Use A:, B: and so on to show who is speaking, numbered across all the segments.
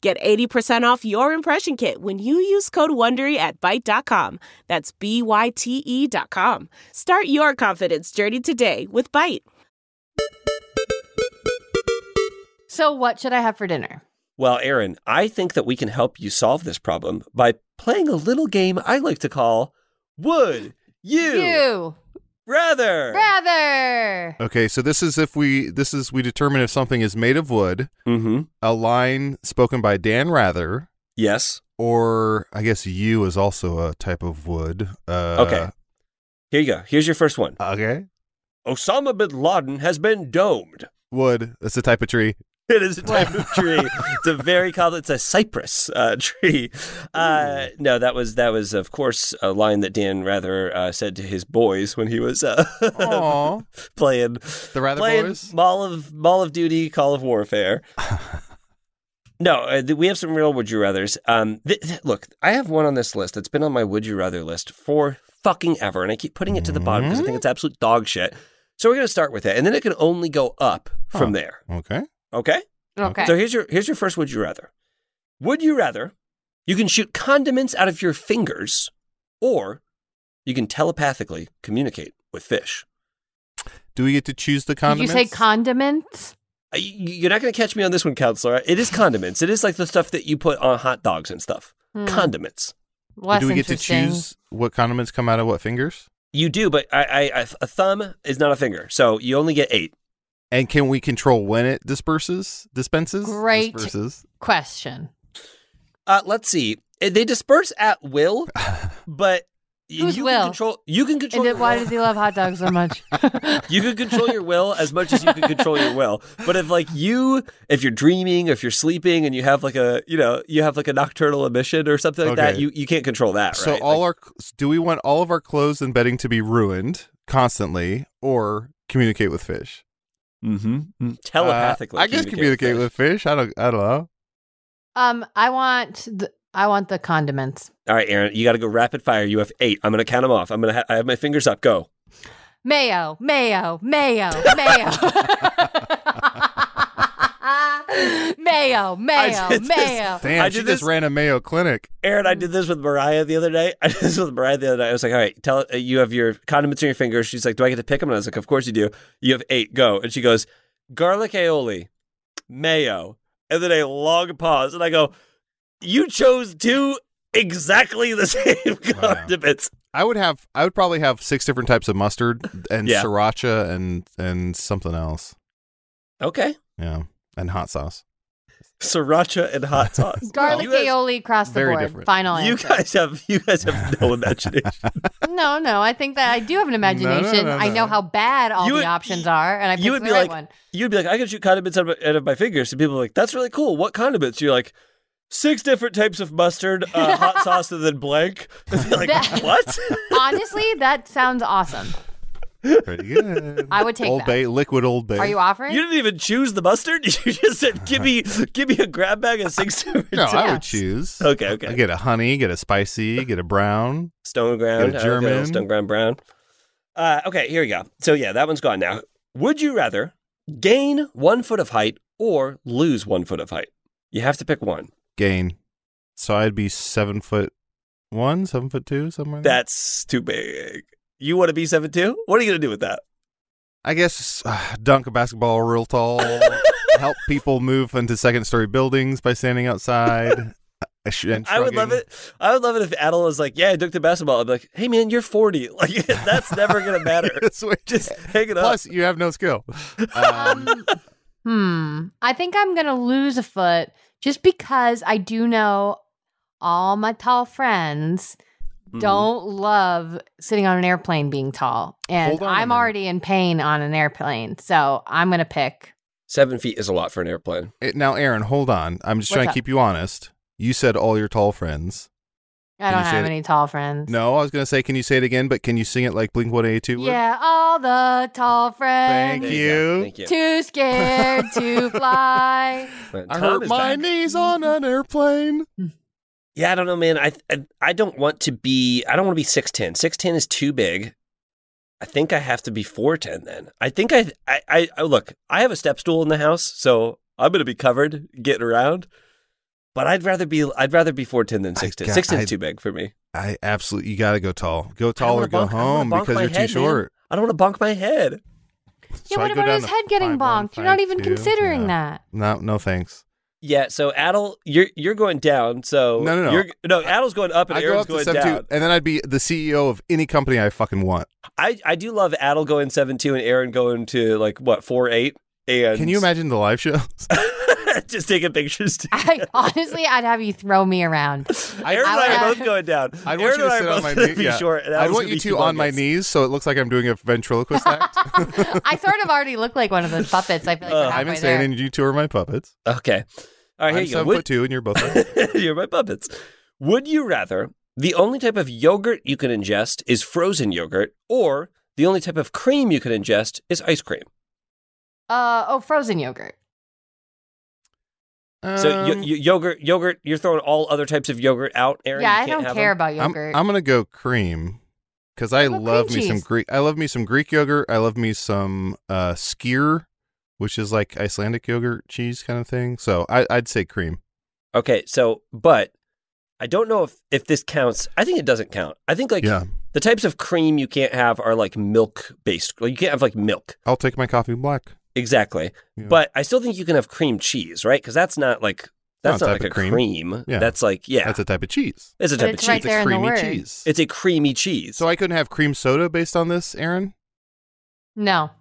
A: Get 80% off your impression kit when you use code WONDERY at Byte.com. That's B-Y-T-E E dot com. Start your confidence journey today with Byte.
B: So, what should I have for dinner?
C: Well, Aaron, I think that we can help you solve this problem by playing a little game I like to call Would You,
B: You
C: Rather?
B: rather.
D: Okay, so this is if we this is we determine if something is made of wood,
C: mm-hmm.
D: a line spoken by Dan Rather,
C: Yes.
D: or I guess you is also a type of wood. Uh,
C: Okay. Here you go. Here's your first one.
D: Okay.
C: Osama bin Laden has been domed.
D: Wood. That's the type of tree.
C: It is a type of tree. It's a very common. It's a cypress uh, tree. Uh,
D: Hmm.
C: no, that was that was of course a line that Dan Rather uh, said to his boys when he was uh,
D: Aw.
C: playing
D: The Rather
C: playing
D: Boys?
C: Mall of Mall of Duty, Call of Warfare. no, uh, th- we have some real would you rather's. Um, th- th- look, I have one on this list that's been on my would you rather list for fucking ever, and I keep putting it to the bottom because I
D: Mm-hmm.
C: think it's absolute dog shit. So we're gonna start with it, and then it can only go up from
D: Huh.
C: there.
D: Okay.
C: Okay.
B: Okay.
C: So here's your here's your first would you rather. Would you rather you can shoot condiments out of your fingers or you can telepathically communicate with fish?
D: Do we get to choose the
B: Did you
D: condiments?
B: say condiments?
C: Uh, y- You're not going to catch me on this one, counselor. It is condiments. It is like the stuff that you put on hot dogs and stuff.
B: Hmm.
C: Condiments.
B: Less
D: Do we get to
B: interesting.
D: choose what condiments come out of what fingers?
C: You do, but I, I, I, a thumb is not a finger, so you only get eight.
D: And can we control when it disperses? Dispenses?
B: Great.
D: Disperses.
B: Question.
C: Uh, let's see. Uh, They disperse at will, but y-
B: Whose
C: you
B: will?
C: can control. You can
B: And
C: control.
B: then
C: your
B: why
C: will.
B: does he love hot dogs so much?
C: you can control your will as much as you can control your will. But if like you, if you're dreaming, if you're sleeping, and you have like a, you know, you have like a nocturnal emission or something like that,
D: Okay.
C: you you can't control that.
D: So
C: right?
D: all
C: Like,
D: our do we want all of our clothes and bedding to be ruined constantly or communicate with fish? Uh,
C: telepathically.
D: I guess communicate with fish. I don't I don't know.
B: um, I want the I want the condiments.
C: All right, Aaron, you got to go rapid fire. You have eight. I'm gonna count them off. I'm gonna. Ha- I have my fingers up. Go.
B: Mayo, mayo, mayo, mayo. mayo, mayo,
C: did this.
B: mayo.
D: Damn,
C: I
D: she
C: did
D: just
C: this-
D: ran a Mayo clinic.
C: Aaron, I did this with Mariah the other day. I did this with Mariah the other day. I was like, all right, tell uh, you have your condiments in your fingers. She's like, do I get to pick them? And I was like, of course you do. You have eight. Go. And she goes, garlic aioli, mayo, and then a long pause. And I go, you chose two exactly the same
D: Wow.
C: condiments.
D: I would have I would probably have six different types of mustard and
C: Yeah.
D: sriracha and and something else.
C: Okay.
D: Yeah. And hot sauce.
C: Sriracha and hot sauce.
B: Garlic
C: You guys-
B: aioli across the
D: Very
B: board.
D: different.
B: Final
C: You
B: answer.
C: guys have you guys have no imagination.
B: no, no. I think that I do have an imagination.
D: no,
B: I know
D: no.
B: how bad all
C: You
B: the
C: would-
B: options are, and I picked
C: you would
B: the
C: be
B: right
C: like-
B: one.
C: You'd be like, I can shoot condiments out of, out of my fingers, and people are like, that's really cool. What condiments? You're like. Six different types of mustard, uh, hot sauce, and then blank. And they're like,
B: That-
C: what?
B: Honestly, that sounds awesome.
D: Pretty good.
B: I would take
D: Old
B: that.
D: Bay, liquid Old Bay.
B: Are you offering?
C: You didn't even choose the mustard. You just said, "Give me, give me a grab bag of six different."
D: No, I
B: Yeah.
D: would choose.
C: Okay, okay.
D: I get a honey, get a spicy, get a brown.
C: Stone ground,
D: Get a
C: I like that little
D: German.
C: stone ground brown. Uh, okay, here we go. So yeah, that one's gone now. Would you rather gain one foot of height or lose one foot of height? You have to pick one.
D: gain. So I'd be seven foot one, seven foot two, somewhere. in there.
C: That's too big. You want to be seven two? What are you gonna do with that?
D: I guess uh, dunk a basketball real tall, help people move into second story buildings by standing outside. I sh- and
C: I would love
D: shrugging.
C: it. I would love it if Adel was like, "Yeah, I took the basketball." I'd be like, "Hey man, you're 40. Like that's never gonna matter.
D: That's what-
C: Just hang it up."
D: Plus, you have no skill. Um,
B: Hmm. I think I'm going to lose a foot just because I do know all my tall friends
C: Mhm.
D: Mm-hmm.
B: don't love sitting on an airplane being tall. And
D: Hold on a
B: I'm
D: minute.
B: already in pain on an airplane. So I'm going to pick.
C: Seven feet is a lot for an airplane.
D: it- now, Eh, Aaron, hold on. I'm just
B: What's
D: trying
B: up?
D: to keep you honest. You said all your tall friends.
B: I
D: Can
B: don't
D: you say
B: have
D: that-
B: any tall friends.
D: No, I was gonna say, can you say it again? But can you sing it like Blink One Eighty Two?
B: Yeah, all the tall friends.
D: Thank
C: There go.
D: you.
C: Thank you.
B: Too scared to fly.
C: But
D: I
C: Tom
D: hurt
C: is
D: my
C: back.
D: knees on an airplane.
C: Yeah, I don't know, man. I, I I don't want to be. I don't want to be six ten. Six ten is too big. I think I have to be four ten. Then I think I, I I I- look. I have a step stool in the house, so I'm gonna be covered getting around. But I'd rather be I'd rather be four ten than
D: I
C: six ten.
D: got-
C: Six
D: I-
C: ten's too big for me.
D: I absolutely, you gotta go tall.
C: I
D: Go
C: don't
D: tall
C: wanna
D: or go
C: bonk- I don't wanna
D: home
C: bonk
D: because
C: my
D: you're
C: head,
D: too short.
C: Man. I don't want to bonk my head.
B: Yeah,
D: So
B: what
D: I'd go
B: about
D: down
B: his
D: to
B: head getting
D: five one,
B: bonked? You're not
D: five
B: even
D: two.
B: considering
D: No.
B: that.
D: No, no, thanks.
C: Yeah. So Adel, you're you're going down. So
D: No, no, no.
C: You're, no, Adel's going up, and
D: I go
C: Aaron's
D: up to
C: going
D: seven
C: down.
D: two, and then I'd be the CEO of any company I fucking want.
C: I I do love Adel going seven two, and Aaron going to like what four eight. And
D: Can you imagine the live shows?
C: just taking pictures. Too.
B: I honestly, I'd have you throw me around.
C: Aaron and
B: I
C: I
B: would
C: are
B: have-
C: both going down.
D: I'd want
C: Aaron
D: you to
C: and I
D: sit
C: are
D: on
C: both
D: my
C: gonna
D: knee-
C: be
D: yeah.
C: short. and
D: I
C: Adam's
D: want
C: gonna
D: you
C: be
D: two on my
C: humongous.
D: knees, so it looks like I'm doing a ventriloquist act.
B: I sort of already look like one of those puppets. I feel like
C: Uh,
B: we're
C: I'm
D: I'm
B: halfway
D: insane,
B: there.
D: and you two are my puppets.
C: Okay. All right,
D: I'm
C: here you go.
D: seven foot
C: Would,
D: two, and you're both. Like,
C: you're my puppets. Would you rather the only type of yogurt you can ingest is frozen yogurt, or the only type of cream you can ingest is ice cream?
B: Uh oh, frozen yogurt.
C: so y-
D: um,
C: y- yogurt, yogurt. You're throwing all other types of yogurt out, Aaron.
B: yeah,
C: You
B: I
C: can't
B: don't
C: have
B: care
C: them?
B: about
D: I'm,
B: yogurt.
D: I'm gonna go cream because I
B: How about
D: love
B: cream
D: me some
B: cheese?
D: Greek. I love me some Greek yogurt. I love me some uh, skyr, which is like Icelandic yogurt cheese kind of thing. So I, I'd say cream.
C: Okay, so but I don't know if if this counts. I think it doesn't count. I think like
D: yeah,
C: the types of cream you can't have are like milk based. Like you can't have like milk.
D: I'll take my coffee black.
C: Exactly.
D: Yeah.
C: But I still think you can have cream cheese, right? Because that's not like that's
D: Not a
C: not,
D: type
C: like a
D: of cream.
C: cream.
D: Yeah.
C: That's like yeah,
D: That's a type of cheese.
C: it's a
B: But
C: type
B: it's
C: of
B: right
C: cheese.
D: it's
B: there
D: a
B: in the
D: creamy
B: word.
D: cheese.
C: It's a creamy cheese.
D: so I couldn't have cream soda based on this, Aaron,
B: no,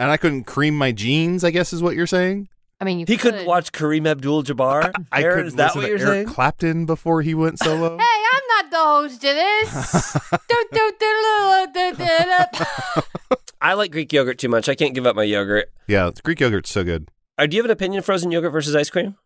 D: and I couldn't cream my jeans. I guess is what you're saying.
B: I mean you.
C: he
B: could.
C: couldn't watch Kareem Abdul-Jabbar.
D: I
C: Aaron,
D: couldn't
C: is that
D: listen
C: what
D: to
C: you're
D: Eric
C: saying?
D: Clapton before he went solo.
B: Hey, I'm not the host of this. Do, do, do, do, do, do, do.
C: I like Greek yogurt too much. I can't give up my yogurt.
D: yeah, Greek yogurt's so good.
C: Uh, do you have an opinion? Frozen yogurt versus ice cream?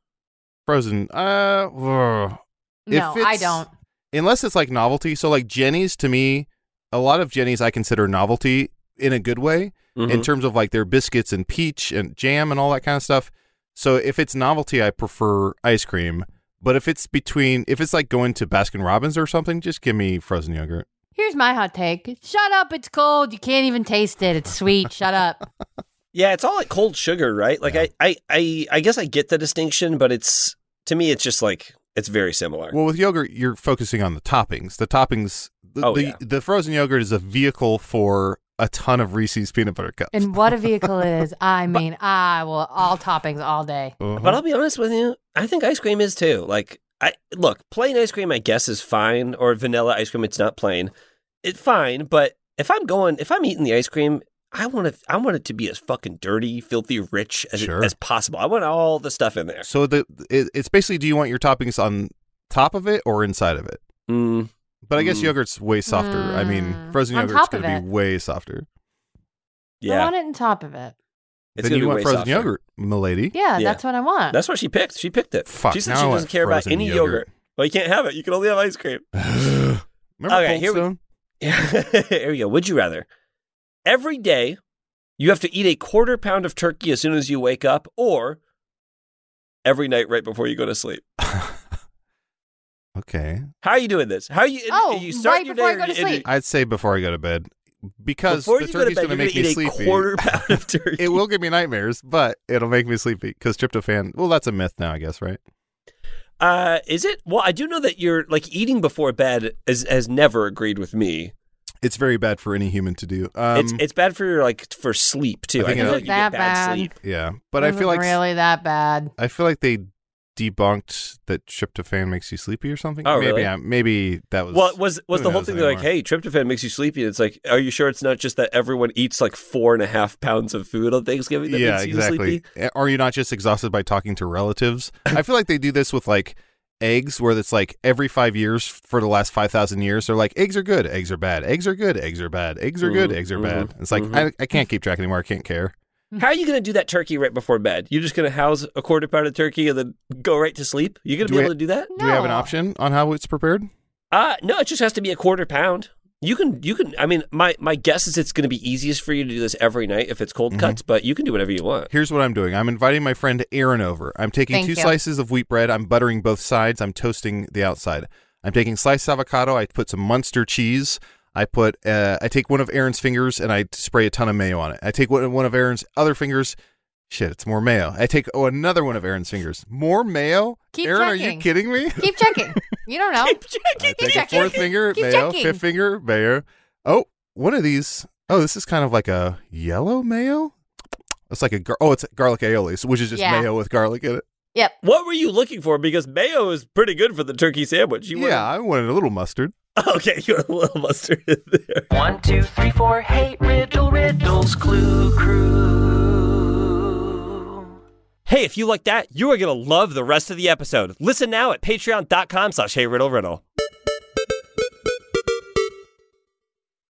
D: Frozen. Uh, ugh. If
B: no, I
D: it's-
B: don't.
D: unless it's like novelty. So like Jenny's to me, a lot of Jenny's I consider novelty in a good way in
C: Mhm.
D: terms of like their biscuits and peach and jam and all that kind of stuff. So if it's novelty, I prefer ice cream. But if it's between, if it's like going to Baskin Robbins or something, just give me frozen yogurt.
B: Here's my hot take. Shut up. It's cold. You can't even taste it. It's sweet. Shut up.
C: Yeah, it's all like cold sugar, right? Like
D: Yeah.
C: I, I, I, I guess I get the distinction, but it's to me, it's just like it's very similar.
D: Well, with yogurt, you're focusing on the toppings. The toppings, the,
C: Oh,
D: the,
C: yeah.
D: the frozen yogurt is a vehicle for a ton of Reese's peanut butter cups.
B: And what a vehicle it is. I mean, I will all toppings all day.
D: Uh-huh.
C: But I'll be honest with you, I think ice cream is too. Like, I look, plain ice cream, I guess, is fine, or vanilla ice cream. It's not plain. It's fine, but if I'm going, if I'm eating the ice cream, I want it. I want it to be as fucking dirty, filthy, rich as
D: Sure.
C: as possible. I want all the stuff in there.
D: So the it, it's basically do you want your toppings on top of it or inside of it?
C: Mm.
D: But I guess
C: Mm.
D: yogurt's way softer. I mean,
B: Mm.
D: frozen
B: On
D: yogurt's
B: top
D: going
B: of
D: to
B: it.
D: be way softer.
B: I
C: Yeah,
B: want it on top of it.
C: It's
D: then
C: gonna
D: you
C: be
D: want
C: way
D: frozen
C: softer.
D: yogurt, milady.
B: Yeah,
C: Yeah.
B: that's what I want.
C: That's what she picked. She picked it.
D: Fuck.
C: she said
D: now
C: she
D: I want
C: doesn't care about
D: frozen
C: any yogurt. Well, you can't have it. You can only have ice cream.
D: Remember
C: Okay,
D: Cold
C: here we-
D: Stone?
C: Here we go. Would you rather? Every day you have to eat a quarter pound of turkey as soon as you wake up, or every night right before you go to sleep.
D: Okay.
C: How are you doing this? How are you?
B: Oh,
C: you start
B: right
C: your
B: before I
C: day
B: go
C: or
B: to
C: you-
B: sleep.
D: I'd say before I go to bed because
C: Before
D: the
C: you go to
D: turkey's
C: bed,
D: going to
C: you're
D: make
C: gonna
D: me
C: eat
D: sleepy.
C: a quarter pound of turkey.
D: It will give me nightmares, but it'll make me sleepy because tryptophan. Well, that's a myth now, I guess, right?
C: Uh, is it? Well, I do know that you're like eating before bed is, has never agreed with me.
D: It's very bad for any human to do. Um,
C: it's it's bad for your like for sleep too.
D: I
C: I
D: think it-
C: feel like
D: Is
C: you
B: it
C: get
B: that
C: bad
B: bad?
C: sleep.
D: yeah, but I
B: Wasn't
D: feel like
B: really that bad.
D: I feel like they debunked that tryptophan makes you sleepy or something.
C: Oh,
D: maybe
C: really?
D: I, maybe that was
C: Well, it was was
D: who
C: the whole
D: knows
C: thing they're like,
D: anymore.
C: hey, tryptophan makes you sleepy? And it's like, are you sure it's not just that everyone eats like four and a half pounds of food on Thanksgiving that
D: yeah,
C: makes you
D: exactly.
C: sleepy?
D: A- Are you not just exhausted by talking to relatives? I feel like they do this with like eggs, where it's like every five years for the last five thousand years, they're like eggs are good, eggs are bad, eggs are good, eggs are bad, eggs are good,
C: Mhm,
D: eggs are
C: mhm,
D: bad. It's like I, I can't keep track anymore. I can't care.
C: How are you going to do that turkey right before bed? You're just going to house a quarter pound of turkey and then go right to sleep? You going to be
D: Do we-
C: able to do that?
D: Do we have an
B: No.
D: option on how it's prepared?
C: Uh no, it just has to be a quarter pound. You can you can I mean my my guess is it's going to be easiest for you to do this every night if it's cold
D: Mhm.
C: cuts, but you can do whatever you want.
D: Here's what I'm doing. I'm inviting my friend Aaron over. I'm taking
B: Thank
D: two
B: you.
D: slices of wheat bread. I'm buttering both sides. I'm toasting the outside. I'm taking sliced avocado. I put some Munster cheese. I put. Uh, I take one of Aaron's fingers and I spray a ton of mayo on it. I take one one of Aaron's other fingers. Shit, it's more mayo. I take oh another one of Aaron's fingers. More mayo.
B: Keep
D: Aaron, are
B: checking.
D: you kidding me?
B: Keep checking. You don't know.
D: I
B: Keep
D: take a
B: checking.
D: fourth finger
B: Keep
D: mayo.
B: checking.
D: Fifth finger mayo. Oh, one of these. Oh, this is kind of like a yellow mayo. It's like a gar- oh, it's garlic aioli, so- which is just
B: Yeah.
D: mayo with garlic in it.
B: Yep.
C: What were you looking for? Because mayo is pretty good for the turkey sandwich. You
D: yeah, I wanted a little mustard.
C: Wanted... Okay, you had a little mustard in there.
E: One, two, three, four, hey, riddle, riddles, clue, crew.
C: Hey, if you like that, you are going to love the rest of the episode. Listen now at patreon.com slash heyriddleriddle.